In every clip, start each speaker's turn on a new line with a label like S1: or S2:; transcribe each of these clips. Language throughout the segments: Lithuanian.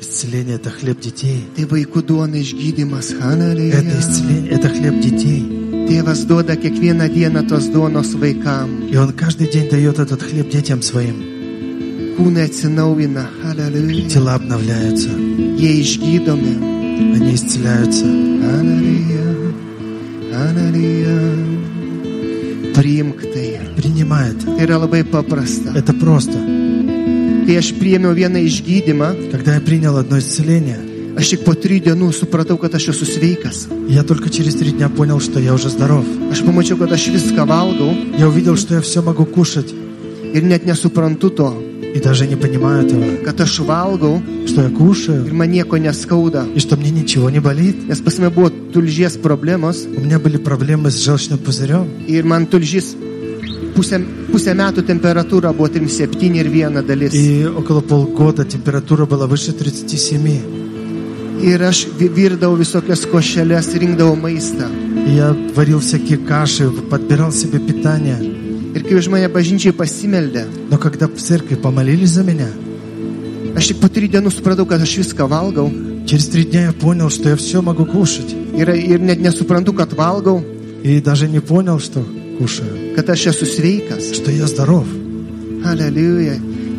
S1: Исцеление – это хлеб детей.
S2: Tai
S1: Это
S2: Это
S1: исцеление, это хлеб детей.
S2: Dievas duoda kiekvieną dieną tos duonos vaikam.
S1: И Он каждый день дает этот хлеб детям своим.
S2: Kūnai atsinaujina, aleliuja.
S1: Тела обновляются,
S2: Jie išgydomi.
S1: они исцеляются.
S2: Aleliuja, aleliuja. Priimk tai.
S1: Принимай это.
S2: Tai yra labai paprasta.
S1: Это просто.
S2: Kai aš priėmiau vieną išgydymą,
S1: Когда я принял одно исцеление,
S2: aš tik po trijų dienų supratau, kad aš esu sveikas.
S1: я только через три дня понял, что я уже здоров.
S2: Aš pamačiau, kad aš viską valgau
S1: Я увидел, что я все могу кушать.
S2: ir net nesuprantu to,
S1: И даже не понимаю этого,
S2: kad aš valgau
S1: что я
S2: ir
S1: кушаю,
S2: man nieko neskauda.
S1: и что мне ничего не болит.
S2: Nes pas mane buvo tulžies problemos
S1: У меня были проблемы с желчным пузырем.
S2: Ir man tulžys pusę, pusę metų temperatūra buvo 37 ir 1 dalis.
S1: И около полгода температура была выше 37.
S2: Ir aš vi- virdavau visokias košelės, rinkdavau maistą.
S1: И я варил всякие каши, подбирал себе питание.
S2: Ir kai už mane bažnyčiai pasimeldė,
S1: Но когда в церкви помолились за меня,
S2: aš tik po trijų dienų supratau, kad aš viską valgau.
S1: через три дня я понял, что я все могу кушать.
S2: Ir, ir net nesuprantu, kad valgau,
S1: И даже не понял, что кушаю,
S2: kad aš esu sveikas.
S1: что я здоров.
S2: Aleliuja.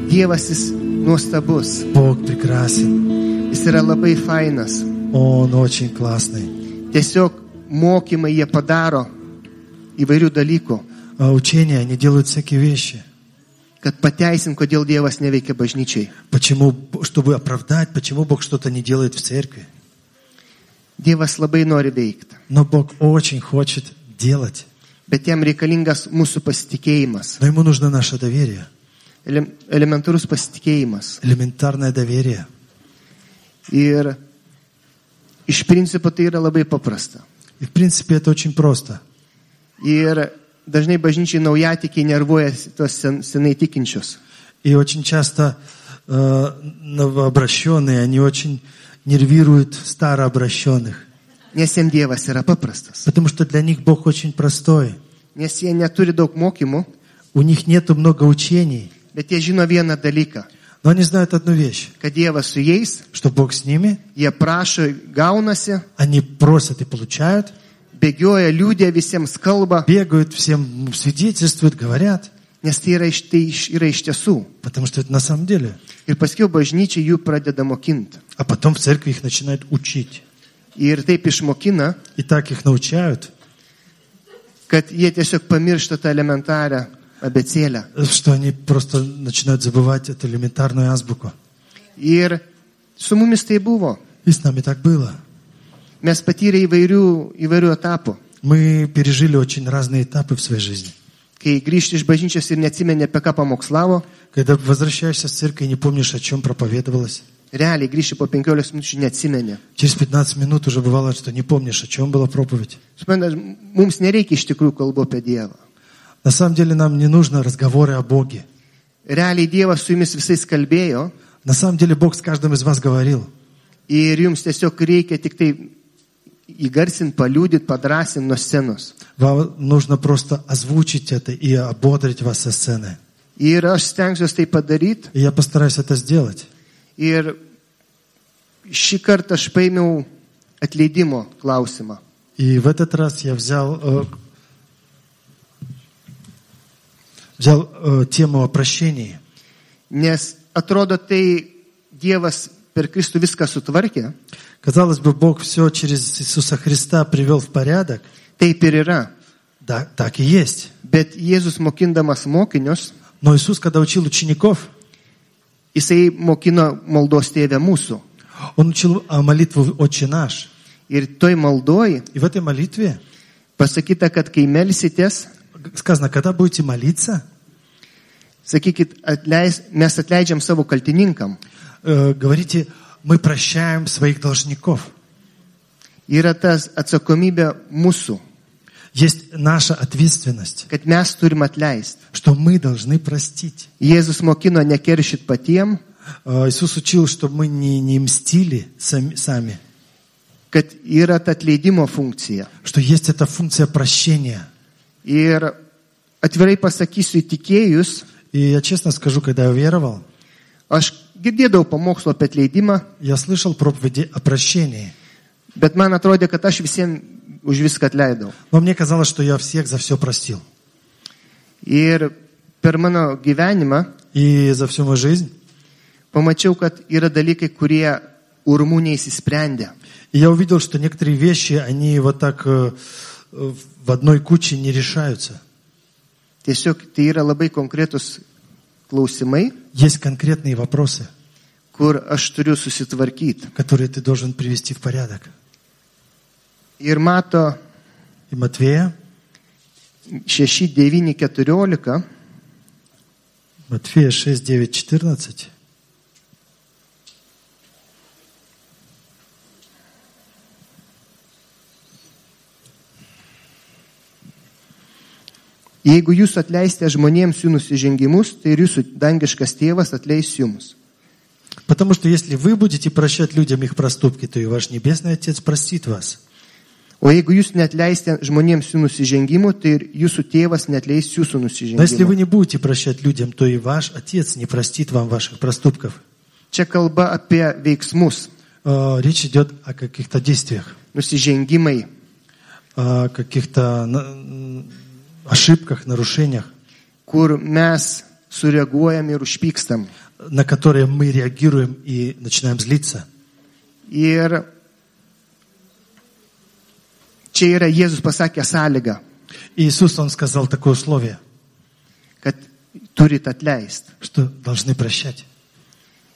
S2: Dievas jis nuostabus.
S1: Бог прекрасен.
S2: Jis yra labai fainas.
S1: Он очень классный.
S2: Tiesiog mokymai jie padaro įvairių dalykų,
S1: А учения, они делают всякие вещи.
S2: kad pateisint, kodėl Dievas neveikia bažnyčiai.
S1: Почему, чтобы оправдать, почему Бог что-то не делает в церкви.
S2: Dievas labai nori veikti,
S1: Но Бог очень хочет делать.
S2: bet jam reikalingas mūsų pasitikėjimas,
S1: Но ему нужно наше доверие,
S2: ele- elementarus pasitikėjimas.
S1: элементарное доверие.
S2: Ir iš principo tai yra labai paprasta.
S1: И в принципе это очень просто.
S2: Ir dažnai bažnyčiai naujatikiai nervuoja tuos sen, senai tikinčius.
S1: И очень часто э, новообращенные, они очень нервируют старообращенных.
S2: Nes jiems Dievas yra paprastas.
S1: Потому что для них Бог очень простой.
S2: Nes jie neturi daug mokymų,
S1: У них нету много учений.
S2: bet jie žino vieną dalyką,
S1: Но они знают одну вещь,
S2: kad Dievas su jais,
S1: что Бог с ними,
S2: jie prašo, gaunasi,
S1: они просят и получают,
S2: bėgioja, liūdė visiems kalba,
S1: бегают, всем свидетельствуют, говорят,
S2: nes tai yra iš, tai iš, yra iš tiesų.
S1: потому что это на самом деле.
S2: Ir paskui bažnyčia jų pradeda mokinti.
S1: А потом в церкви их начинают учить.
S2: Ir taip išmokina,
S1: И так их научают,
S2: kad jie tiesiog pamiršta tą elementarią abecėlę.
S1: что они просто начинают забывать эту элементарную азбуку.
S2: Ir su mumis tai buvo.
S1: И с нами так было.
S2: Mes patyrė įvairių, įvairių etapų,
S1: Мы пережили очень разные этапы в своей жизни.
S2: kai grįžti iš bažnyčios ir neatsimenė, apie ką pamokslavo.
S1: Когда возвращаешься с церкви и не помнишь, о чем проповедовалось.
S2: Realiai grįžti po 15 minučių neatsimenė.
S1: Через 15 минут уже бывало, что не помнишь, о чем была проповедь.
S2: Suprantat, mums nereikia iš tikrųjų kalbų apie Dievą.
S1: На самом деле нам не нужно разговоры о Боге.
S2: Realiai Dievas su jumis visais kalbėjo
S1: На самом деле Бог с каждым из вас говорил.
S2: ir jums tiesiog reikia tik tai įgarsinti, paliūdinti, padrasinti nuo scenos.
S1: Вам нужно просто озвучить это и ободрить вас со сцены.
S2: Ir aš stengsiuosi tai padaryti.
S1: И я постараюсь это сделать.
S2: Ir šį kartą aš paėmiau atleidimo klausimą.
S1: И в этот раз я взял, э, взял э, тему о прощении.
S2: Nes atrodo, tai Dievas per Kristų viską sutvarkė.
S1: Казалось бы, Бог все через Иисуса Христа привел в порядок.
S2: Taip ir yra.
S1: Да, так и есть.
S2: Bet Jėzus mokindamas mokinius,
S1: Но Иисус, когда учил учеников,
S2: jisai mokino maldos tėvę mūsų.
S1: Он учил а, молитву «Отче наш».
S2: Ir toj maldoj
S1: И в этой молитве
S2: pasakyta, kad kai melsitės,
S1: сказано, когда будете молиться,
S2: sakykit, atleis, mes atleidžiam savo kaltininkam.
S1: э, говорите, мы прощаем своих должников.
S2: Yra tas atsakomybė mūsų,
S1: Есть наша ответственность,
S2: kad mes turim atleisti.
S1: что мы должны простить.
S2: Jėzus mokino nekeršyt patiem,
S1: Э, Иисус учил, что мы не, не мстили сами, сами,
S2: kad yra ta atleidimo funkcija.
S1: что есть эта функция прощения.
S2: Ir atvirai pasakysiu, įtikėjus,
S1: И я честно скажу, когда я веровал,
S2: Aš girdėdavau pamokslo apie atleidimą,
S1: Я слышал проповеди о прощении,
S2: bet man atrodė, kad aš visiems už viską atleidau.
S1: но мне казалось, что я всех за все простил.
S2: Ir per mano gyvenimą
S1: И за всю мою жизнь.
S2: pamačiau, kad yra dalykai, kurie urmų neįsisprendė.
S1: И я увидел, что некоторые вещи, они вот так э, э, в одной куче не решаются.
S2: Tiesiog tai yra labai konkretus klausimai,
S1: Есть конкретные вопросы,
S2: kur aš turiu susitvarkyti.
S1: которые ты должен привести в порядок.
S2: Ir mato
S1: И Матвея,
S2: 6, 9, 14
S1: Матфея 6, 9, 14.
S2: Jeigu jūs atleisite žmonėms jų nusižengimus, tai ir jūsų dangiškas tėvas atleis jums.
S1: Потому что если вы будете прощать людям их проступки, то и ваш Небесный Отец простит вас.
S2: O jeigu jūs netleisite žmonėms jų nusižengimų, tai ir jūsų tėvas netleis jūsų
S1: Но если вы
S2: nusižengimų.
S1: не будете прощать людям, то и ваш Отец не простит вам ваших проступков.
S2: Čia kalba apie veiksmus,
S1: Э, Речь идет о каких-то действиях,
S2: nusižengimai.
S1: о каких-то на- м, ошибках, нарушениях,
S2: kur mes sureaguojam ir užpykstam.
S1: на которые мы реагируем и начинаем злиться.
S2: Ir čia yra Jėzus pasakė sąlygą,
S1: И Иисус, Он сказал такое условие,
S2: kad turit atleist.
S1: что должны прощать.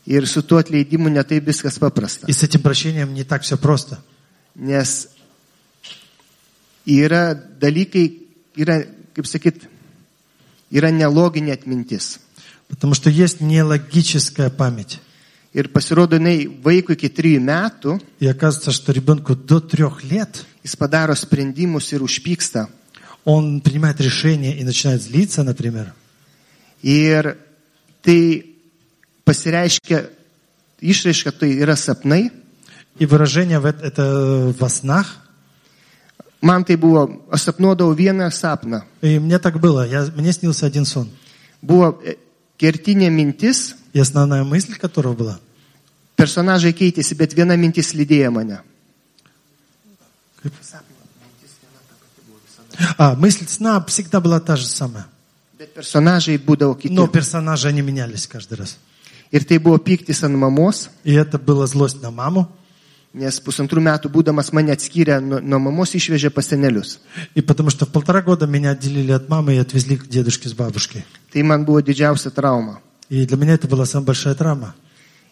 S2: Ir su tuo atleidimu netai viskas paprasta.
S1: И с этим прощением не так все просто.
S2: Nes yra dalykai, yra, kaip sakyt, yra neloginė atmintis.
S1: Потому что есть нелогическая память.
S2: Ir pasirodo, jinai vaikui iki trijų metų,
S1: И оказывается, что ребенку до трех лет
S2: jis padaro sprendimus ir užpyksta.
S1: он принимает решение и начинает злиться, например,
S2: Ir tai pasireiškia, išraiška tai yra sapnai.
S1: и выражение в эт- это во снах.
S2: Man tai buvo, aš sapnuodavau vieną sapną.
S1: И мне так было. Я, мне снился один сон.
S2: Buvo e, kertinė mintis,
S1: И основная мысль которого была,
S2: personažai keitėsi, bet viena mintis lydėjo mane.
S1: а мысль сна всегда была та же самая,
S2: Bet personažai būdavo kiti.
S1: но персонажи они менялись каждый раз.
S2: Ir tai buvo pyktis ant mamos,
S1: И это была злость на маму,
S2: nes pusantrų metų būdamas mane atskyrė nuo, nuo mamos, išvežė pas senelius.
S1: и потому что в полтора года меня отделили от мамы и отвезли к дедушке с бабушкой.
S2: Tai man buvo дidžiausia trauma.
S1: И для меня это была самая большая травма.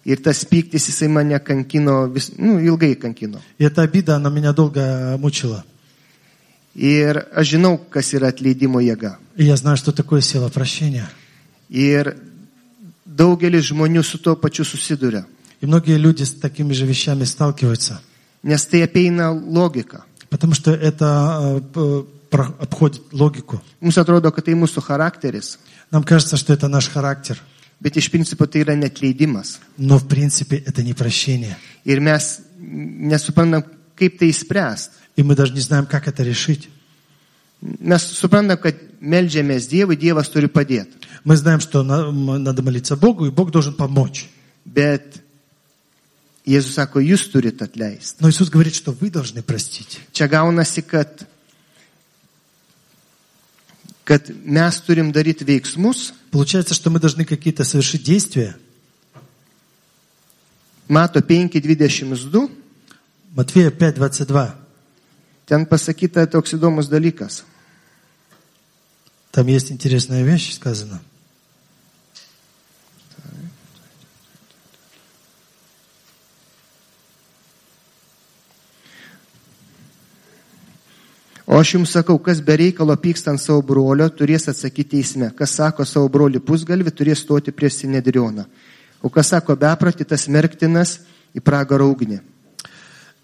S2: Ir tas pyktis jisai mane kankino, vis, nu, ilgai kankino.
S1: И эта обида, она меня долго мучила.
S2: Ir aš žinau, kas yra atleidimo jėga.
S1: И я знаю, что такое сила прощения.
S2: Ir daugelis žmonių su tuo pačiu susiduria,
S1: И многие люди с такими же вещами сталкиваются,
S2: nes tai apeina logiką.
S1: потому что это э, п- про- обходит логику.
S2: Mums atrodo, kad tai mūsų charakteris,
S1: Нам кажется, что это наш характер,
S2: bet iš principo tai yra netleidimas.
S1: но в принципе это не прощение.
S2: Ir mes nesuprantam, kaip tai spręst.
S1: И мы даже не знаем, как это решить.
S2: Mes suprantam, kad melžiamės Dievui, Dievas turi padėti.
S1: Мы знаем, что нам надо молиться Богу, и Бог должен помочь.
S2: Bet Jėzus sako, jūs turite atleisti.
S1: Но Иисус говорит, что вы должны простить.
S2: Čia gaunasi, kad, kad mes turim daryti veiksmus,
S1: Получается, что мы должны какие-то совершить действия.
S2: mato 5.22.
S1: Матфея 5.22.
S2: Ten pasakyta toks įdomus dalykas.
S1: Там есть интересная вещь сказана.
S2: O aš jums sakau, kas be reikalo pyksta ant savo brolio, turės atsakyti teisme. Kas sako savo brolį pusgalvį, turės stoti prie sinedrioną. O kas sako beprati, tas merktinas į pragarą ugnį.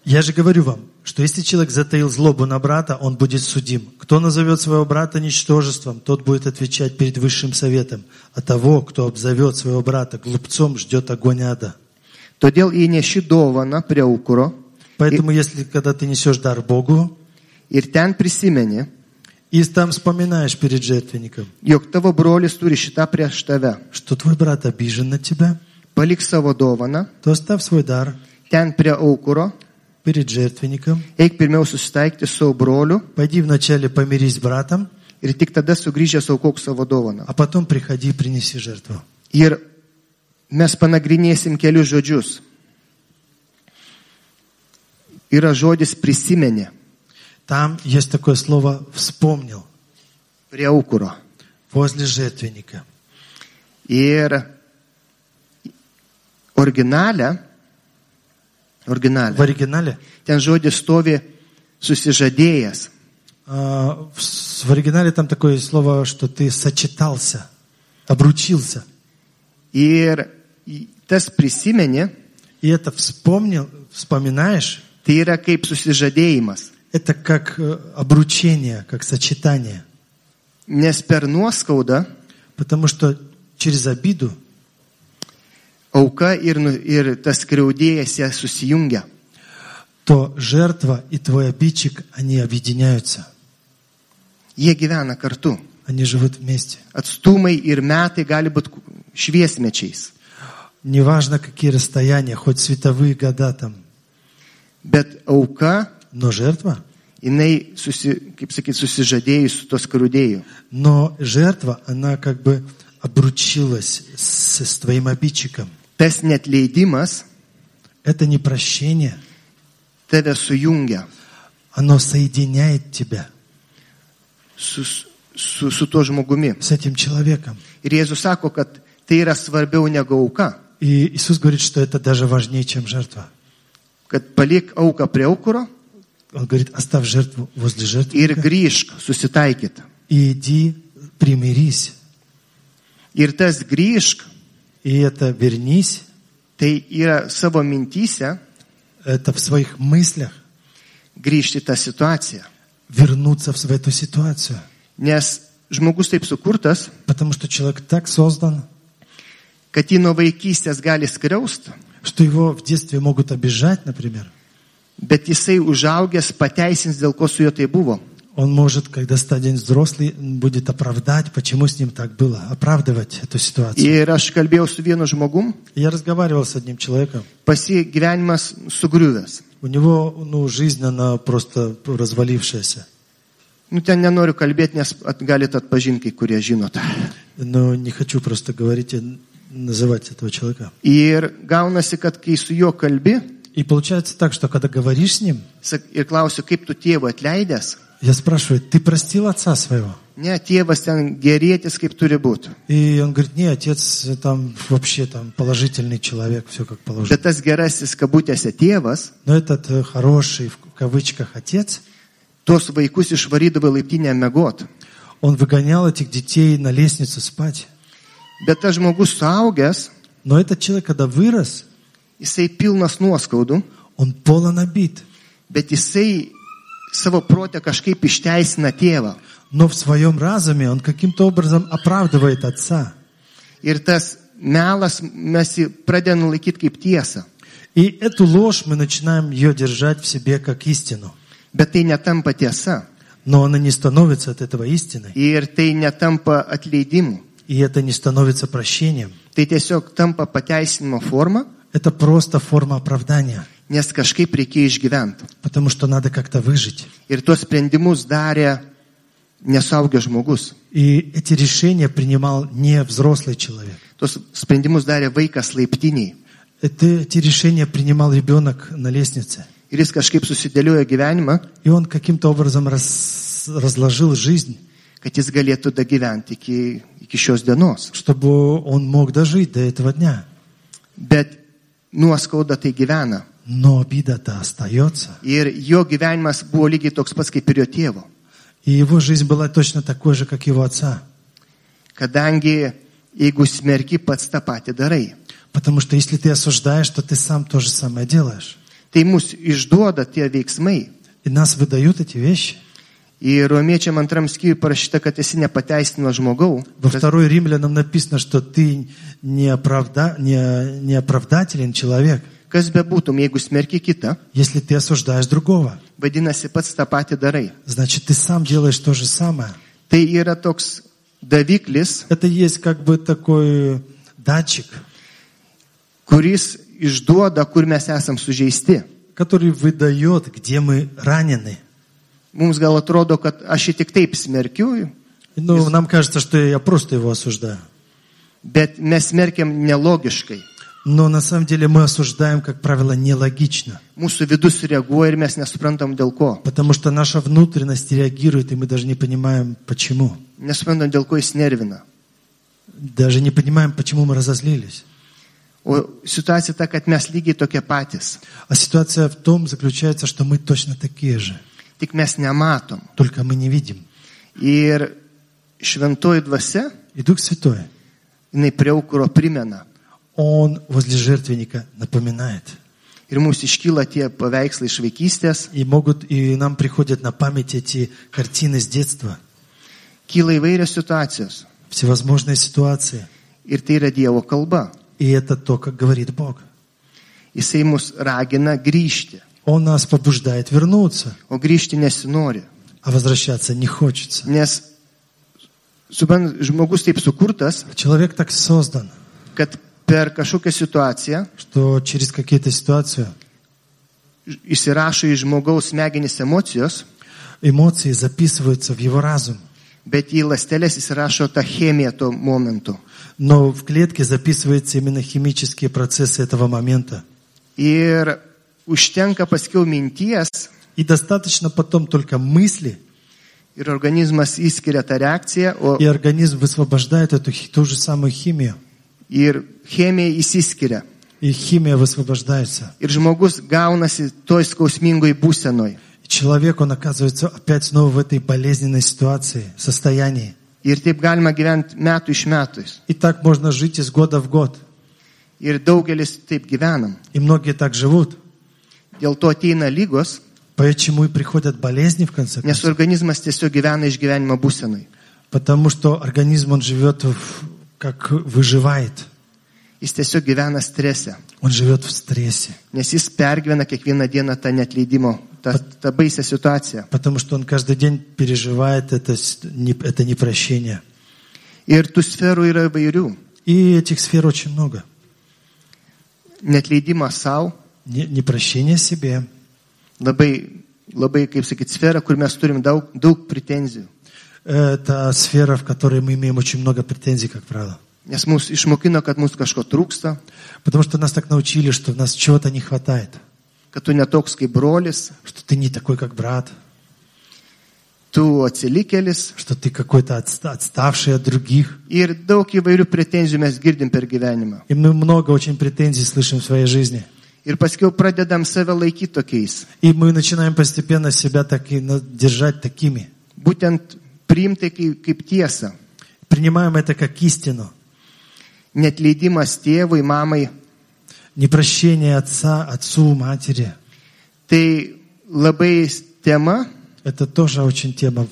S1: Я же говорю вам, что если человек затаил злобу на брата, он будет судим. Кто назовет своего брата ничтожеством, тот будет отвечать перед высшим советом. А того, кто обзовет своего брата глупцом, ждет огонь ада.
S2: Todėl įneši dovaną prie aukuro
S1: Поэтому, если когда ты несешь дар Богу,
S2: ir ten prisimeni,
S1: и там вспоминаешь перед жертвенником,
S2: jog tavo brolis turi šitą prieš tave.
S1: что твой брат обижен на тебя,
S2: palik savo dovaną,
S1: то оставь свой дар
S2: ten prie aukuro,
S1: перед жертвенником,
S2: eik pirmiau susitaikti su savo broliu
S1: пойди вначале помирись с братом,
S2: ir tik tada sugrįžęs aukok savo dovaną.
S1: а потом приходи и принеси жертву.
S2: Ir mes panagrinėsim kelius žodžius. Yra žodis prisimenė
S1: Там есть такое слово «вспомнил»
S2: prie aukuro.
S1: возле жертвенника.
S2: Ir originalę,
S1: В
S2: originalę,
S1: оригинале,
S2: ten žodis stovi susižadėjęs.
S1: а, в с- в оригинале там такое слово, что ты сочетался, обручился.
S2: Ir į- tas prisimenė,
S1: И это «вспомнил», вспоминаешь,
S2: tai yra kaip susižadėjimas.
S1: это как э, обручение, как сочетание.
S2: Nes per nuoskaudą
S1: Потому что через обиду
S2: auka ir, nu- ir tas kreudėjas ją susijungia.
S1: то жертва и твой обидчик, они объединяются,
S2: Jie gyvena kartu.
S1: они живут вместе.
S2: Atstumai ir metai gali būti ku- šviesmečiais.
S1: Неважно, какие расстояния, хоть световые года там,
S2: Bet auka,
S1: но жертва,
S2: jinai, susi, kaip sakyti, susižadėjus su tos krūdėjų.
S1: но жертва, она как бы обручилась с, с твоим обидчиком.
S2: Tas net leidimas
S1: Это не прощение,
S2: tave sujungia
S1: оно соединяет тебя
S2: su, su, su tuo žmogumi.
S1: с этим человеком.
S2: Ir Jėzus sako, kad tai yra svarbiau negu auka.
S1: И Иисус говорит, что это даже важнее, чем жертва.
S2: Kad palik auką prie aukuro
S1: Он говорит, оставь жертву возле
S2: ir
S1: жертвы
S2: grįžk susitaikyti.
S1: и иди примирись.
S2: Ir tas grįžk,
S1: И это вернись,
S2: tai yra savo mintyse
S1: это в своих мыслях
S2: grįžti į tą situaciją.
S1: вернуться в эту ситуацию.
S2: Nes žmogus taip sukurtas,
S1: Потому что человек так создан,
S2: kad jį nuo vaikystės gali skriaust,
S1: что его в детстве могут обижать, например.
S2: bet jisai užaugęs pateisins, dėl ko su juo tai buvo.
S1: Он может, когда станет взрослый, будет оправдать, почему с ним так было, оправдывать эту ситуацию.
S2: Ir aš kalbėjau su vienu žmogum,
S1: Я разговаривал с одним человеком.
S2: pasigyvenimas sugriuvęs.
S1: У него ну, жизнь, она просто развалившаяся.
S2: Nu, ten nenoriu kalbėti, nes at, galit atpažinti, kai kurie žinot.
S1: Но не хочу просто говорить и называть этого человека.
S2: Ir gaunasi, kad kai su juo kalbi
S1: И получается так, что когда говоришь с ним,
S2: sak- ir klausiu, kaip tu tėvą atleidęs,
S1: я spрашиваю, ты простил отца своего?
S2: ne, tėvas ten gerėtis, kaip turi būti.
S1: И он говорит, не, отец э, там вообще там положительный человек, все как положено.
S2: Bet tas gerasis kabutėse tėvas
S1: Но этот э, хороший, в кавычках, отец,
S2: tuos vaikus išvarydavo laiptinę mėgot.
S1: он выгонял этих детей на лестницу спать.
S2: Bet tas žmogus suaugęs,
S1: Но этот человек, когда вырос,
S2: jisai pilnas nuoskaudų,
S1: он полон обид.
S2: bet jisai savo protę kažkaip išteisina tėvą.
S1: Но в своем разуме он каким-то образом оправдывает отца.
S2: Ir tas melas mes jį pradedame laikyti kaip tiesą.
S1: И эту ложь мы начинаем ее держать в себе как истину.
S2: Bet tai netampa tiesa.
S1: Но она не становится от этого истиной.
S2: Ir tai netampa atleidimu.
S1: И это не становится прощением.
S2: Tai tiesiog tampa pateisinimo forma,
S1: Это просто форма оправдания.
S2: nes kažkaip reikėjo išgyventi.
S1: Потому что надо как-то выжить.
S2: Ir tuos sprendimus darė nesaugęs žmogus.
S1: И эти решения принимал не взрослый человек.
S2: Tuos sprendimus darė vaikas laiptiniai.
S1: Это, эти решения принимал ребенок на лестнице.
S2: Ir jis kažkaip susidėliojo gyvenimą,
S1: И он каким-то образом раз- разложил жизнь,
S2: kad jis galėtų dagyventi iki, iki šios dienos.
S1: чтобы он мог дожить до этого дня.
S2: Bet nuoskauda tai gyvena.
S1: Но обида-то остается.
S2: Ir jo gyvenimas buvo lygiai toks pats kaip ir jo tėvo.
S1: И его жизнь была точно такой же, как его отца.
S2: Kadangi jeigu smerki pats tą patį darai,
S1: Потому что если ты осуждаешь, то ты сам то же самое делаешь.
S2: tai mus išduoda tie veiksmai.
S1: И нас выдают эти вещи.
S2: Ir romiečiam antram skyriui parašyta, kad esi nepateisino žmogau,
S1: Во
S2: kas,
S1: второй римлянам написано, что ты не, оправда- не- не оправдателен человек,
S2: kas bebūtum, jeigu smerki kitą,
S1: если ты осуждаешь другого.
S2: vadinasi pats tą patį darai.
S1: Значит, ты сам делаешь то же самое.
S2: Tai yra toks daviklis,
S1: Это есть как бы такой датчик.
S2: kuris išduoda, kur mes esam sužeisti.
S1: который выдает, где мы ранены.
S2: Mums gal atrodo, kad aš jį tik taip smerkiu,
S1: Ну, нам кажется, что я просто его осуждаю.
S2: bet mes smerkiam nelogiškai.
S1: Но на самом деле мы осуждаем, как правило, нелогично.
S2: Mūsų vidus reaguoja ir mes nesuprantam dėl ko.
S1: Потому что наша внутренность реагирует, и мы даже не понимаем, почему.
S2: Nesuprantam dėl ko jis nervina.
S1: Даже не понимаем, почему мы разозлились.
S2: O situacija ta, kad mes lygiai tokie patys.
S1: А ситуация в том заключается, что мы точно такие же,
S2: Tik mes nematom.
S1: только мы не видим.
S2: Ir šventoji dvasia,
S1: И Дух Святой,
S2: jinai prie aukuro primena.
S1: Он возле жертвенника напоминает.
S2: Ir mums iškyla tie paveikslai iš vaikystės,
S1: И могут, и нам приходят на память эти картины с детства,
S2: kyla įvairios situacijos.
S1: всевозможные ситуации.
S2: Ir tai yra Dievo kalba.
S1: И это то, как говорит Бог.
S2: Jisai mus ragina grįžti.
S1: Он нас побуждает вернуться,
S2: O grįžti nesinori.
S1: а возвращаться не хочется.
S2: Nes suprantat, žmogus taip sukurtas,
S1: Человек так создан,
S2: kad per kažkokią situaciją
S1: что через какие-то ситуации
S2: ž- įsirašo į žmogaus smegenis emocijos,
S1: эмоции записываются в его разум,
S2: bet į lastelės įsirašo tą chemiją tuo momentu.
S1: но в клетке записываются именно химические процессы этого момента.
S2: Ir užtenka paskiau minties
S1: И достаточно потом только мысли,
S2: ir organizmas įskiria tą reakciją, o
S1: и организм высвобождает эту хи- ту же самую химию.
S2: ir chemija įsiskiria.
S1: И химия высвобождается.
S2: Ir žmogus gaunasi toj skausmingoj būsenoj.
S1: И человек, он оказывается опять снова в этой болезненной ситуации, состоянии.
S2: Ir taip galima gyventi metų iš metais.
S1: И так можно жить из года в год.
S2: Ir daugelis taip gyvenam.
S1: И многие так живут.
S2: Dėl to ateina lygos,
S1: Почему и приходят болезни, в конце
S2: nes
S1: концов?
S2: organizmas tiesiog gyvena išgyvenimo būsenoj.
S1: Потому что организм, он живет, в- как выживает.
S2: Jis tiesiog gyvena strese,
S1: Он живет в стрессе.
S2: nes jis pergyvena kiekvieną dieną tą netleidimo, tą, tą baisę situaciją.
S1: Потому что он каждый день переживает это, с- не- это непрощение.
S2: Ir tų sferų yra įvairių.
S1: И этих сфер очень много.
S2: Netleidimas savo,
S1: Не- Непрощение себе.
S2: labai, labai, kaip sakyt, sfera, kur mes turim daug, daug pretenzijų.
S1: Это сфера, в которой мы имеем очень много претензий, как правило.
S2: Nes mus išmokino, kad mums kažko trūksta,
S1: Потому что нас так научили, что нас чего-то не хватает.
S2: kad tu netoks kaip brolis,
S1: Что ты не такой, как брат.
S2: tu atsilikėlis.
S1: Что ты какой-то отста- отставший от других.
S2: Ir daug įvairių pretenzijų mes girdim per gyvenimą.
S1: И мы много очень претензий слышим в своей жизни.
S2: Ir paskiau pradedam save laikyti tokiais.
S1: И мы начинаем постепенно себя так и на- держать такими.
S2: Būtent priimti kaip, kaip tiesą.
S1: Принимаем это как истину.
S2: Net leidimas tėvui, mamai.
S1: Непрощение отца, отцу, матери.
S2: Tai labai tema
S1: Это тоже очень тема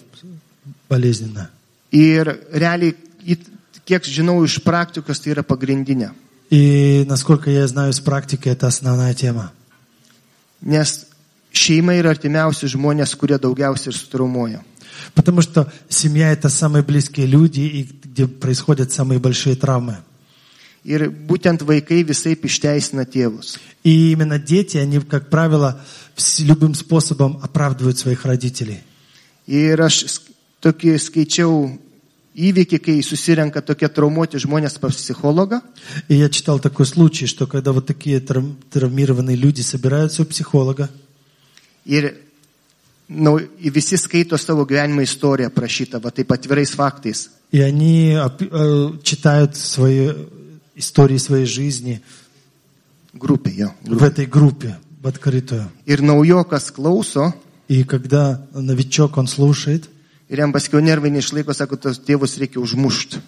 S1: болезненная.
S2: ir realiai, it- kiek žinau iš praktikos, tai yra pagrindinė.
S1: И насколько я знаю из практики, это основная тема.
S2: Nes šeima yra artimiausi žmonės, kurie daugiausiai ir sutraumuoja.
S1: Потому что семья это самые близкие люди, и где происходят самые большие травмы.
S2: Ir būtent vaikai visai išteisina tėvus.
S1: И именно дети, они, как правило, вс- любым способом оправдывают своих родителей.
S2: Ir aš sk- tokį skaičiau įvykį, kai susirenka tokie traumuoti žmonės pas psichologą
S1: И я читал такой случай, что когда вот такие трав- травмированные люди собираются у психолога,
S2: ir nau, ir visi skaito savo gyvenimo istoriją prašytą, va taip atvirais faktais.
S1: и они оп- э, читают свои э, истории своей жизни
S2: Grupėje.
S1: в этой группе, в открытую.
S2: Ir naujokas klauso,
S1: И когда новичок, он слушает,
S2: ir jam paskiau nervai neišlaiko, sako, tos tėvus reikia užmušti.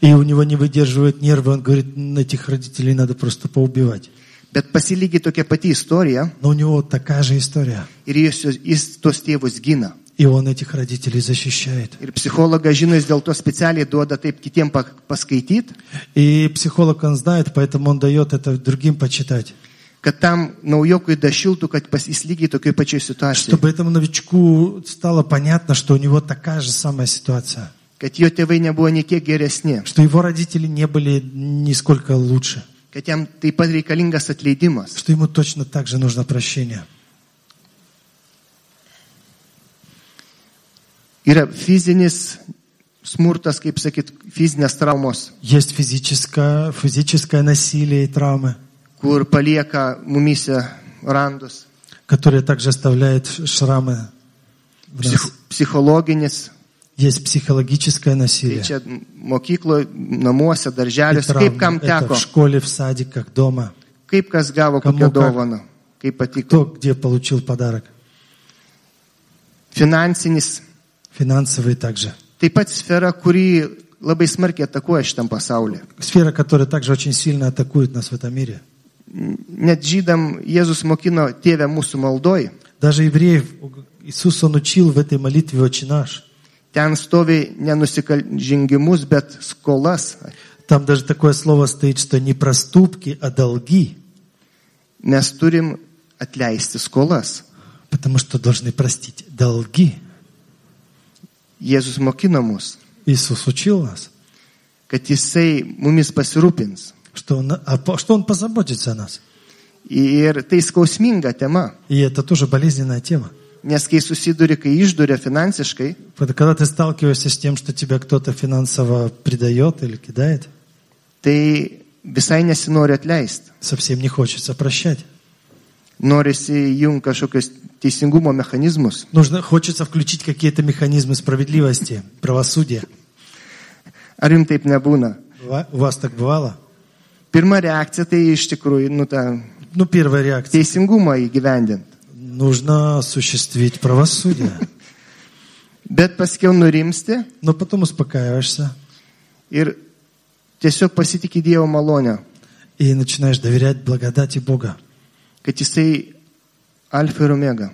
S1: и у него не выдерживают нервы, он говорит, «М, этих родителей надо просто поубивать.
S2: Bet pasilygiai tokia pati istorija
S1: Но у него такая же история.
S2: ir jis, juos- jis tos tėvus gina.
S1: И он этих родителей защищает.
S2: Ir psichologas žino, jis dėl to specialiai duoda taip kitiem pa- paskaityt,
S1: И психолог, он знает, поэтому он дает это другим почитать.
S2: kad tam naujokui dašiltų, kad pas- jis lygiai tokioj pačioj situacijai.
S1: Чтобы этому новичку стало понятно, что у него такая же самая ситуация.
S2: Kad jo tėvai nebuvo niekiek geresni,
S1: Что его родители не были нисколько лучше.
S2: kad jam taip pat reikalingas atleidimas.
S1: что ему точно так же нужно прощение.
S2: Yra fizinis smurtas, kaip sakyt, fizinės traumos,
S1: Есть физическое, физическое насилие и травмы,
S2: kur palieka mumyse randus.
S1: которые также оставляют шрамы. в нас.
S2: Psich psichologinis,
S1: Есть психологическое
S2: tai
S1: насилие.
S2: čia mokykloje, namuose,
S1: и
S2: darželiuose,
S1: травмы.
S2: kaip kam
S1: Это
S2: teko,
S1: в šколе, в садиках, дома.
S2: kaip kas gavo
S1: Kam
S2: kokią
S1: moka.
S2: dovaną, kaip patiko.
S1: Кто где получил подарок.
S2: Finansinis,
S1: Финансовые также.
S2: taip pat sfera, kuri labai smarkiai atakuoja šitam pasauliu.
S1: Сфера, которая также очень сильно атакует нас в этом мире.
S2: Net žydam Jėzus mokino tėvę mūsų maldoj,
S1: Даже евреев Иисус, Он учил в этой молитве «Отче наш».
S2: ten stovi nenusikalžingimus, bet skolas,
S1: Там даже такое слово стоит, что не проступки, а долги,
S2: nes turim atleisti skolas.
S1: потому что должны простить долги.
S2: Jėzus mokino mus,
S1: Иисус учил нас,
S2: kad Jisai mumis pasirūpins.
S1: что он, а по- что он позаботится о нас.
S2: Ir tai skausminga tema,
S1: И это тоже болезненная тема.
S2: nes kai susiduri, kai išduria finansiškai,
S1: Когда- Когда ты сталкиваешься с тем, что тебя кто-то финансово предает или кидает,
S2: tai visai nesinori atleisti.
S1: совсем не хочется прощать.
S2: Norisi jungti kažkokius teisingumo mechanizmus.
S1: Нужно, хочется включить какие-то механизмы справедливости, правосудия.
S2: Ar jums taip nebūna?
S1: Быва- У вас так бывало?
S2: Pirma reakcija tai iš tikrųjų, nu, tą
S1: Ну, первая реакция.
S2: teisingumą įgyvendinti.
S1: Нужно осуществить правосудие.
S2: Bet paskiau nurimsti
S1: Но потом успокаиваешься
S2: ir tiesiog pasitikė Dievo malonę,
S1: и начинаешь доверять благодати Бога.
S2: kad Jisai alfa ir omega.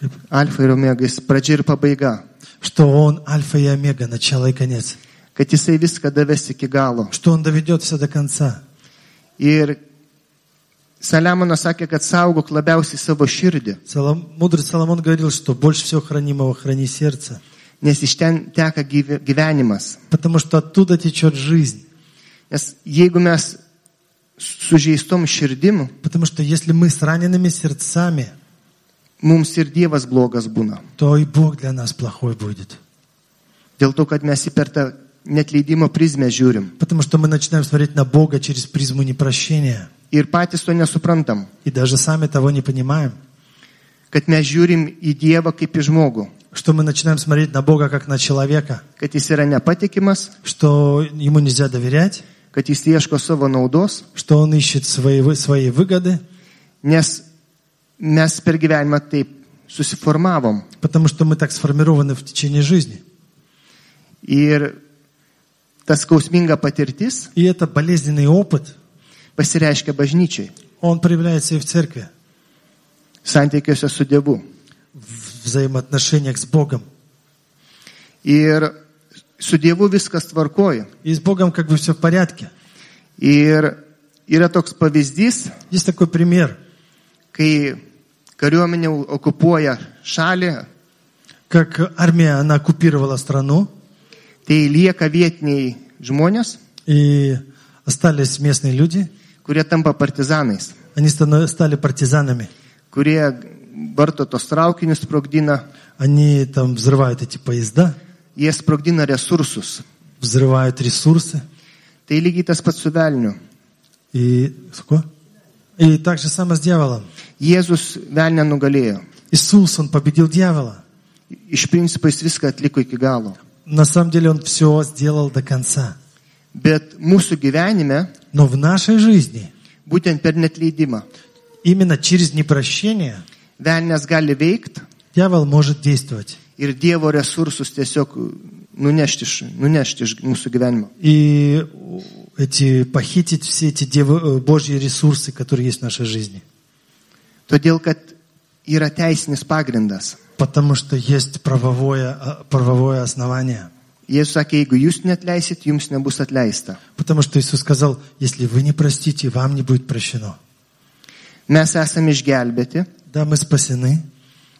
S1: Kaip?
S2: Alfa ir omega, Jis pradžia ir pabaiga.
S1: Что Он альфа и омега, начало и конец.
S2: Kad Jisai viską davės iki galo.
S1: Что Он доведет все до конца.
S2: Ir Saliamonas sakė, kad saugok labiausiai savo širdį,
S1: Солом- Мудрый Соломон говорил, что больше всего хранимого храни сердце,
S2: nes iš ten teka gyve- gyvenimas.
S1: потому что оттуда течет жизнь.
S2: Nes jeigu mes sužeistom širdim,
S1: Потому что если мы с ранеными сердцами,
S2: mums ir Dievas blogas būna.
S1: то и Бог для нас плохой будет.
S2: Dėl to, kad mes jį per tą netleidimo prizmę žiūrim.
S1: Потому что мы начинаем смотреть на Бога через призму непрощения.
S2: Ir patys to nesuprantam,
S1: И даже сами того не понимаем.
S2: kad mes žiūrim į Dievą kaip į žmogų,
S1: Что мы начинаем смотреть на Бога как на человека.
S2: kad jis yra nepatikimas,
S1: Что ему нельзя доверять.
S2: kad jis ieško savo naudos,
S1: Что он ищет свои, вы- свои выгоды.
S2: nes mes per gyvenimą taip susiformavom.
S1: Потому что мы так сформированы в течение жизни.
S2: Ir ta skausminga patirtis
S1: И это болезненный опыт,
S2: pasireiškia bažnyčiai,
S1: он проявляется и в церкви.
S2: santykiuose su Dievu.
S1: в взаимоотношениях с Богом.
S2: Ir su Dievu viskas tvarkoja.
S1: И с Богом как бы все в порядке.
S2: Ir yra toks pavyzdys,
S1: Есть такой пример,
S2: kai kariuomenė okupuoja šalį,
S1: как армия, она оккупировала страну,
S2: tai lieka vietiniai žmonės,
S1: и остались местные люди,
S2: kurie tampa partizanais,
S1: они стано- стали партизанами,
S2: kurie varto tos traukinius, sprogdina,
S1: они там взрывают эти поезда,
S2: jie sprogdina resursus.
S1: взрывают ресурсы.
S2: Tai lygiai tas pats su velniu.
S1: И, Сколько? и так же самое с дьяволом.
S2: Jėzus velnę nugalėjo.
S1: Иисус, он победил дьявола.
S2: Iš principo jis viską atliko iki galo.
S1: На самом деле он все сделал до конца.
S2: Bet mūsų gyvenime,
S1: Но в нашей жизни
S2: būtent per netleidimą,
S1: именно через непрощение
S2: velnės gali veikti
S1: дьявол может действовать.
S2: ir Dievo resursus tiesiog nunešti iš, nunešti iš mūsų gyvenimo.
S1: и эти, похитить все эти девы- э, Божьи ресурсы, которые есть в нашей жизни.
S2: Todėl, kad yra teisinis pagrindas.
S1: Потому что есть правовое, а, правовое основание.
S2: Jėzus sakė, jeigu jūs netleisit, jums nebus atleista.
S1: Потому что Иисус сказал, если вы не простите, вам не будет прощено.
S2: Mes esame išgelbėti.
S1: Да, мы спасены.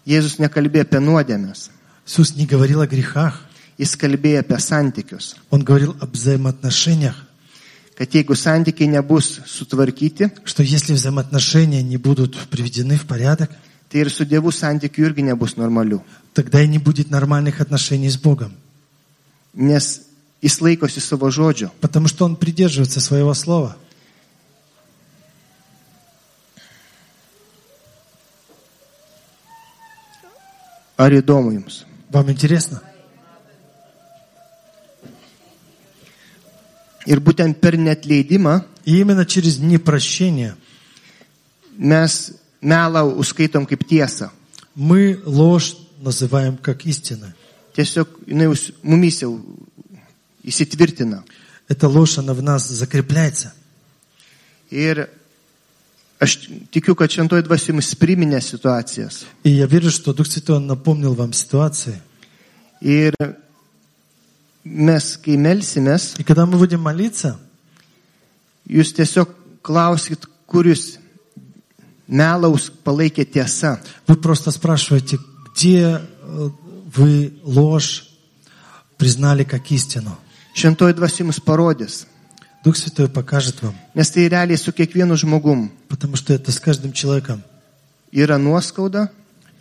S2: Jėzus nekalbėjo apie nuodėmės.
S1: Иисус не говорил о грехах.
S2: Jis kalbėjo apie santykius.
S1: Он говорил об взаимоотношениях.
S2: kad jeigu santykiai nebus sutvarkyti,
S1: что если взаимоотношения не будут приведены в порядок,
S2: tai ir su Dievu santykių irgi nebus normalių.
S1: тогда и не будет нормальных отношений с Богом,
S2: Nes jis laikosi savo žodžio.
S1: потому что Он придерживается своего слова.
S2: Ar įdomu jums?
S1: Вам интересно?
S2: Ir būtent per netleidimą
S1: И именно через непрощение
S2: mes melą užskaitom kaip tiesą.
S1: мы ложь называем как истина.
S2: Tiesiog jinai us- mumis jau įsitvirtina.
S1: Эта ложь, она в нас закрепляется.
S2: Ir aš tikiu, kad šentoji dvasia jums priminė situacijas.
S1: И я верю, что Дух Святой он напомнил вам ситуации.
S2: Ir mes, kai melsimės,
S1: И когда мы будем молиться,
S2: jūs tiesiog klauskit, kuris melaus palaikė tiesa.
S1: вы просто спрашиваете, где э, вы ложь признали как истину.
S2: Šentoji dvasia jums parodys.
S1: Дух Святой покажет вам,
S2: Nes tai realiai su kiekvienu žmogum
S1: потому что это с каждым человеком.
S2: yra nuoskauda,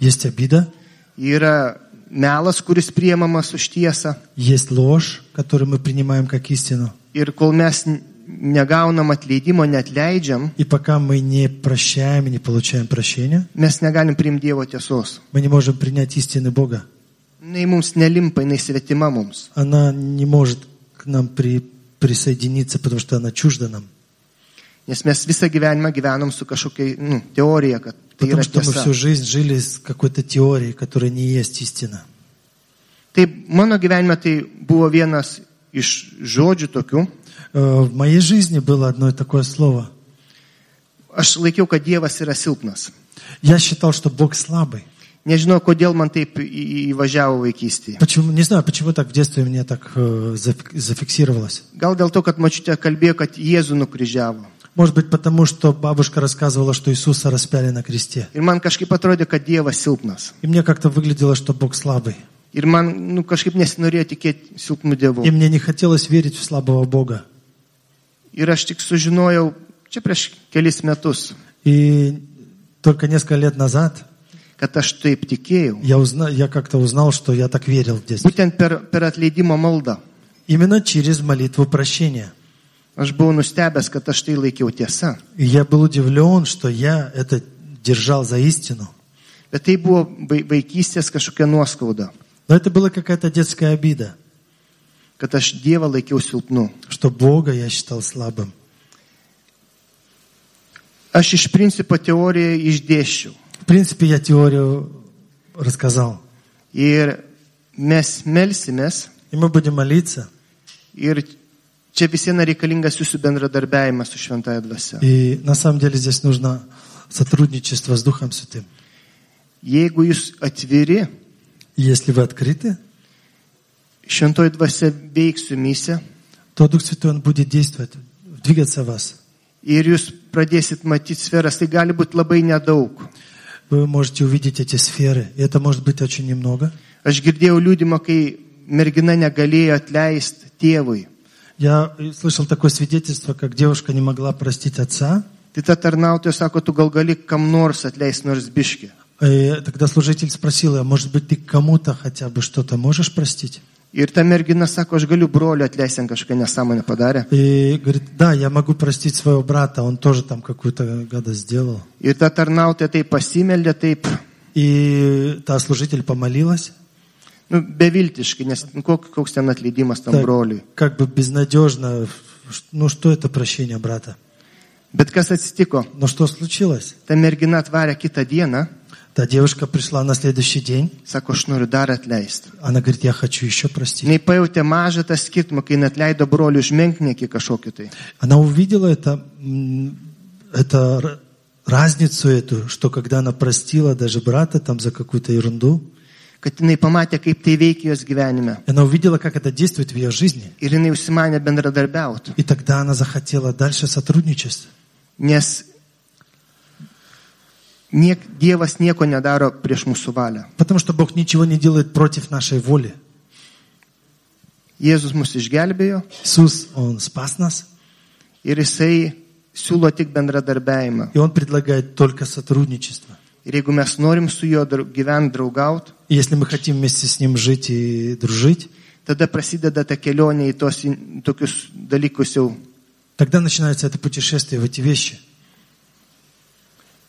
S1: Есть обида,
S2: yra melas, kuris priemamas už tiesą.
S1: есть ложь, которую мы принимаем как истину.
S2: Ir kol mes n- negaunam atleidimo, net leidžiam,
S1: И пока мы не прощаем и не получаем прощения,
S2: mes negalim priimti Dievo tiesos.
S1: мы не можем принять истины Бога.
S2: Jis mums nelimpa, jis svetima mums.
S1: Она не может к нам при- присоединиться, потому что она чужда нам.
S2: Nes mes visą gyvenimą gyvenom su kažkokia nu, teorija, kad tai
S1: Потому
S2: yra
S1: что мы
S2: tiesa.
S1: всю жизнь жили с какой-то теорией, которая не есть истина.
S2: Tai mano gyvenime tai buvo vienas iš žodžių tokių.
S1: Э, В моей жизни было одно такое слово.
S2: Aš laikiau, kad Dievas yra silpnas.
S1: Я считал, что Бог слабый.
S2: Nežinau, kodėl man taip į- į- įvažiavo vaikystėje.
S1: Почему? Не знаю, почему так в детстве мне так э, зафи- зафиксировалось.
S2: Gal dėl to, kad mačiutė kalbėjo, kad Jėzų nukryžiavo.
S1: Может быть, потому что бабушка рассказывала, что Иисуса распяли на кресте.
S2: Ir man kažkaip atrodė, kad Dievas silpnas.
S1: И мне как-то выглядело, что Бог слабый.
S2: Ir man nu, kažkaip nesinorėjo tikėti silpnų
S1: И
S2: dievų.
S1: мне не хотелось верить в слабого Бога.
S2: Ir aš tik sužinojau, čia prieš kelis metus,
S1: И только несколько лет назад
S2: kad aš taip tikėjau.
S1: я, узна- я как-то узнал, что я так верил в детстве.
S2: Būtent per, per atleidimo maldą.
S1: Именно через молитву прощения.
S2: Aš buvau nustebęs, kad aš tai laikiau tiesa.
S1: И я был удивлен, что я это держал за истину.
S2: Bet tai buvo vai- vaikystės kažkokia nuoskauda,
S1: Но это была какая-то детская обида,
S2: kad aš Dievą laikiau silpnu.
S1: что Бога я считал слабым.
S2: Aš iš principo teoriją išdėščiau.
S1: В принципе, я теорию рассказал.
S2: Ir mes melsimės,
S1: И мы будем молиться.
S2: ir čia visiems reikalingas jūsų bendradarbiavimas su Šventaja Dvasia.
S1: И на самом деле здесь нужно сотрудничество с Духом Святым.
S2: Jeigu jūs atviri,
S1: И если вы открыты,
S2: Šventoji dvasia veiks jumise
S1: то Дух Святой Он будет действовать, двигаться в вас.
S2: ir jūs pradėsit matyti sferas. Tai gali būti labai nedaug.
S1: Вы можете увидеть эти сферы. И это может быть очень немного.
S2: Aš girdėjau liūdimą, kai mergina negalėjo atleisti tėvui.
S1: Я слышал такое свидетельство, как девушка не могла простить отца,
S2: Tai ta tarnautoja sako, tu gal gali kam nors atleisti nors biški.
S1: И тогда служитель спросил ее, может быть, ты кому-то хотя бы что-то можешь простить?
S2: Ir ta mergina sako, aš galiu broliu atleisti, ant kažkokią nesąmonę padarė.
S1: И говорит, да, я могу простить своего брата, он тоже там какую-то гадость сделал.
S2: Ir ta tarnautoja taip pasimeldė, taip
S1: И та служитель помолилась,
S2: nu, beviltiškai, nes nu, kok- koks ten atleidimas tam
S1: Так.
S2: broliui.
S1: как бы безнадежно, ну что это прощение брата?
S2: Bet kas atsitiko?
S1: Но что случилось?
S2: Ta mergina atvarė kitą dieną,
S1: Та девушка пришла на следующий день,
S2: sako, aš noriu dar atleisti.
S1: она говорит, я хочу еще простить.
S2: Jis pajutė mažą tą skirtumą, kai net leido brolių užmenkniekį kažkokį tai.
S1: Она увидела это, м, это р- разницу эту, что когда она простила даже брата там за какую-то ерунду,
S2: Kad jinai pamatė, kaip tai veikia jos gyvenime.
S1: Она увидела, как это действует в ее жизни.
S2: Ir jinai užsimanė bendradarbiauti.
S1: И тогда она захотела дальше сотрудничество.
S2: Nes niek, Dievas nieko nedaro prieš mūsų valią.
S1: Потому что Бог ничего не делает против нашей воли.
S2: Jėzus mus išgelbėjo
S1: Иисус, Он спас нас,
S2: ir jisai siūlo tik bendradarbiavimą.
S1: И он предлагает только сотрудничество.
S2: Ir jeigu mes norim su juo dra- gyvent, draugaut,
S1: И Если мы хотим вместе с ним жить и дружить,
S2: tada prasideda ta kelionė į tos, in- tokius dalykus jau.
S1: тогда начинается это путешествие в эти вещи.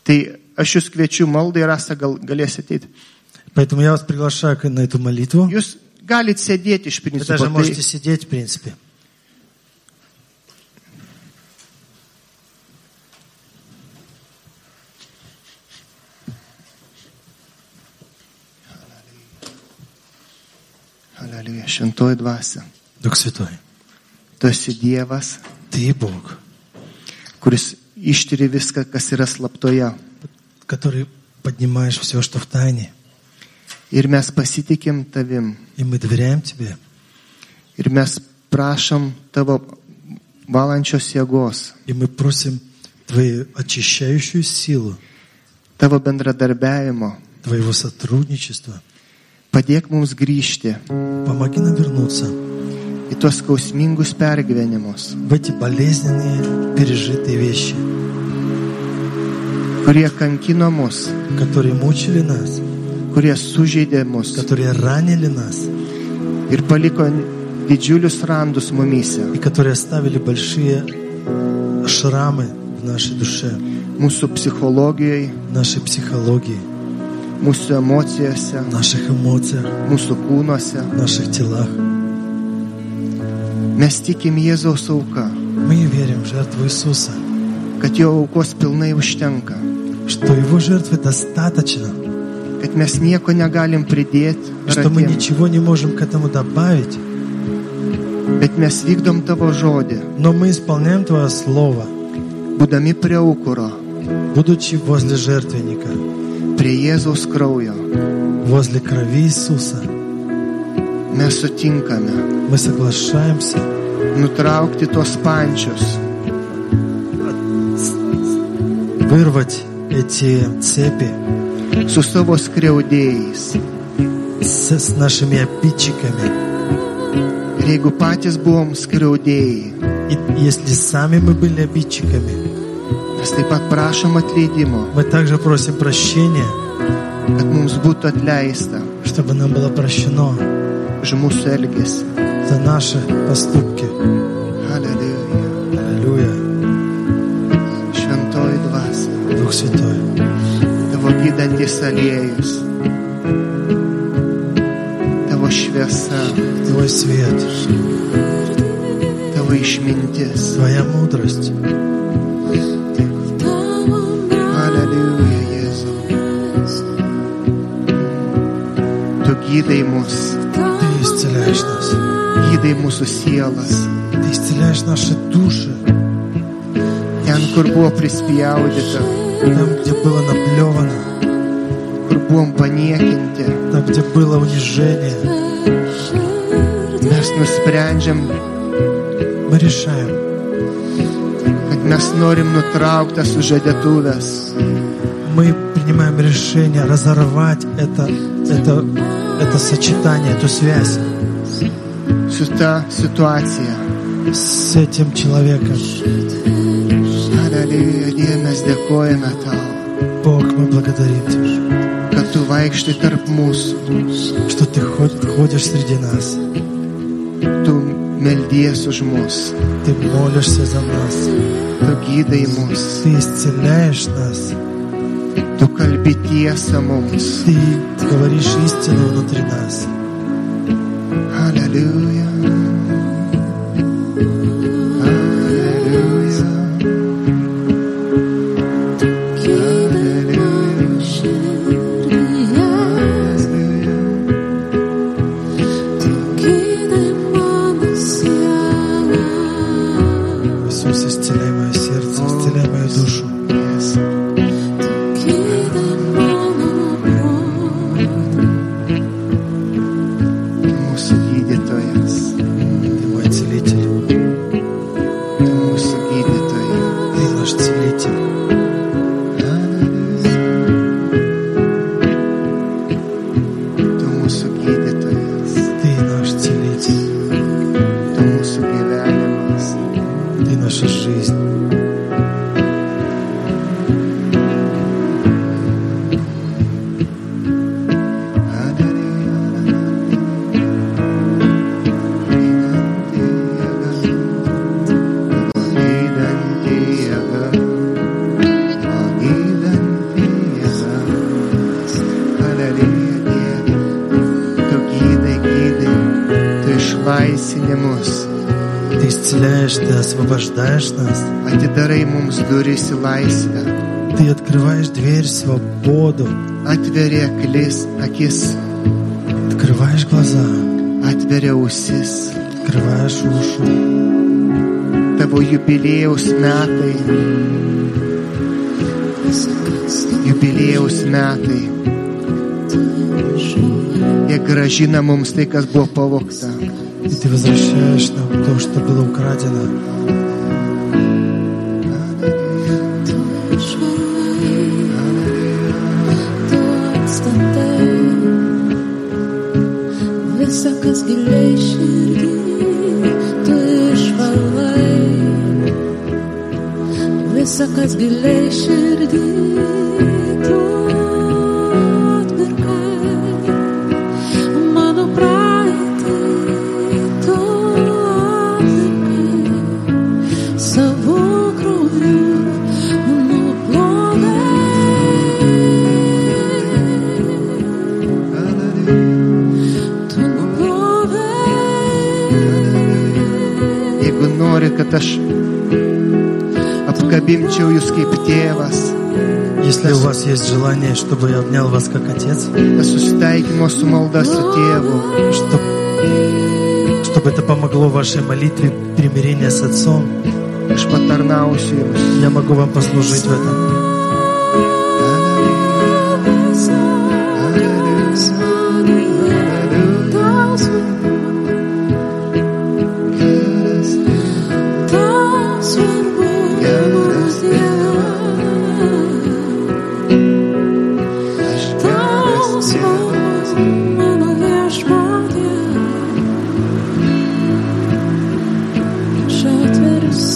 S2: Tai aš jūs kviečiu maldai, rasa gal, galės ateiti.
S1: Поэтому я вас приглашаю к- на эту молитву.
S2: Jūs galite sėdėti iš
S1: Вы даже
S2: principo.
S1: можете
S2: Tai,
S1: сидеть, в принципе.
S2: Aleliuja, šventoji dvasia.
S1: Дух Святой,
S2: Tu esi Dievas,
S1: Ты Бог,
S2: kuris ištiri viską, kas yra slaptoje.
S1: который поднимаешь все, что в тайне.
S2: Ir mes pasitikim tavim.
S1: И мы доверяем Тебе.
S2: Ir mes prašom tavo valančios jėgos,
S1: И мы просим Твою очищающую силу,
S2: tavo bendradarbiavimo.
S1: Твоего сотрудничества.
S2: Padėk mums grįžti
S1: Помоги нам вернуться
S2: į tuos skausmingus pergyvenimus,
S1: в эти болезненные, пережитые вещи,
S2: kurie kankino mus,
S1: которые мучили нас,
S2: kurie sužeidė mus
S1: которые ранили нас
S2: ir paliko didžiulius randus mumyse,
S1: и которые оставили большие шрамы в нашей душе,
S2: mūsų psichologijoje,
S1: в нашей психологии,
S2: mūsų emocijose,
S1: в наших эмоциях,
S2: mūsų kūnuose.
S1: в наших телах.
S2: Mes tikim Jėzaus auka,
S1: Мы верим в жертву Иисуса,
S2: kad jo aukos pilnai užtenka,
S1: что Его жертвы достаточно,
S2: kad mes nieko negalim pridėti,
S1: что мы
S2: atėm,
S1: ничего не можем к этому добавить,
S2: bet mes vykdom tavo žodį,
S1: но мы исполняем Твое Слово,
S2: būdami prie aukuro,
S1: будучи возле жертвенника,
S2: prie Jėzaus kraujo.
S1: возле крови Иисуса.
S2: Mes sutinkame
S1: Мы соглашаемся
S2: nutraukti tos pančius,
S1: вырвать эти цепи
S2: su savo skriaudėjais.
S1: с, с нашими обидчиками.
S2: Ir jeigu patys buvom skriaudėjai,
S1: И если сами мы были обидчиками,
S2: mes taip pat prašom atleidimo,
S1: мы также просим прощения,
S2: kad mums būtų atleista
S1: чтобы нам было прощено
S2: už mūsų elgesį.
S1: за наши поступки.
S2: Aleliuja.
S1: Аллилуйя,
S2: Šventoji dvasia,
S1: Дух Святой.
S2: tavo gydantis aliejus, tavo šviesa,
S1: Твой свет,
S2: tavo išmintis.
S1: Твоя мудрость.
S2: Aleliuja, Jėzau. Tu gydai mus,
S1: Ты исцеляешь нас.
S2: gydai mūsų sielas.
S1: Ты исцеляешь наши души.
S2: Ten, kur buvo prispjaudyta,
S1: Там, где было наплевано,
S2: kur buvom paniekinti,
S1: там, где было унижение,
S2: mes nusprendžiam,
S1: мы решаем.
S2: kad mes norim nutraukti tas sužadėtuvės.
S1: Мы принимаем решение разорвать это, это, это сочетание, эту связь
S2: su ta situacija.
S1: с этим человеком.
S2: Aleliuja, Dieve, mes dėkojame tau,
S1: Бог, мы благодарим Тебя,
S2: kad tu vaikštai tarp mūsų,
S1: что Ты ход- ходишь среди нас,
S2: tu meldies už mus,
S1: Ты молишься за нас,
S2: tu gydai mus,
S1: Ты исцеляешь нас,
S2: tu kalbi tiesą mums.
S1: Ты говоришь истину внутри нас.
S2: Aleliuja. Aleliuja.
S1: Иисус, исцеляй мое сердце, исцеляй мою душу.
S2: Yes. Mūsų gydytojas,
S1: Ты мой целитель,
S2: tu mūsų gydytojas.
S1: Ты наш целитель.
S2: Tu mūsų gydytojas,
S1: Ты наш целитель,
S2: tu mūsų gyvenimas,
S1: Ты наша жизнь, исцеляешь, Ты освобождаешь нас.
S2: Atidarai mums duris į laisvę.
S1: Ты открываешь дверь в свободу,
S2: Atveria aklis, akis,
S1: открываешь глаза,
S2: atveria ausis.
S1: открываешь уши.
S2: Tavo jubilėjaus metai, jubilėjaus metai. Jie gražina mums tai, kas buvo pavokta.
S1: И Ты возвращаешь нам то, что было украдено.
S3: Viskas giliai širdį, tu išvalai. Viskas giliai širdį, tu atpirkai. Mano praeitį, tu atpirkai. Savo krauju nuplovei. Tu nuplovei.
S2: Jeigu nori, kad aš apkabimčiau jūs kaip tėvas,
S1: Если у вас есть желание, чтобы я обнял вас как отец,
S2: tas susitaikymo su malda su tėvu,
S1: чтобы, чтобы это помогло вашей молитве примирения с отцом,
S2: aš patarnausiu jums.
S1: я могу вам послужить в этом.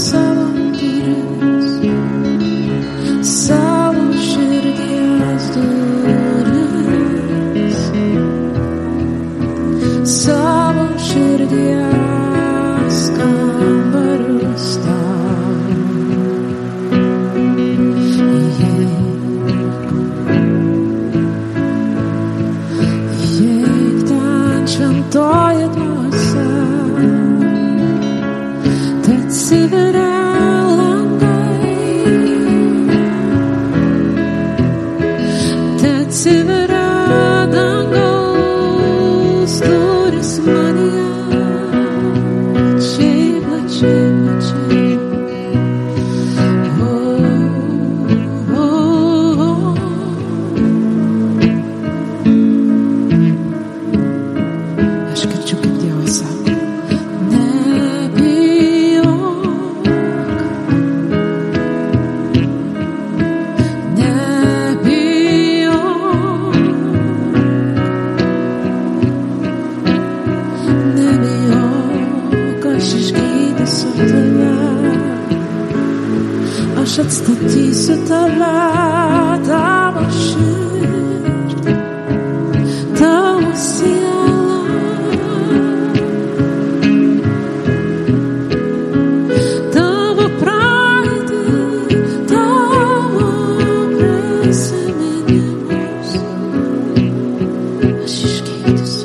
S3: Thank you. Savo širdies duris, savo širdies kambarius tau. Įeik- įeik ten šventoji dvasia, tai Atsiveria langai, Tai atsiveria dangaus durys manyje. Plačiai, plačiai, plačiai. O, o, oh, o. Aš girdžiu, kaip Dievas sako. Nebijok, nebijok, nebijok, aš išgydysiu tave, aš atstatysiu tave, tavo širdį, tavo sielą. Tavo praeitį, tavo prisiminimus. Aš išgydysiu.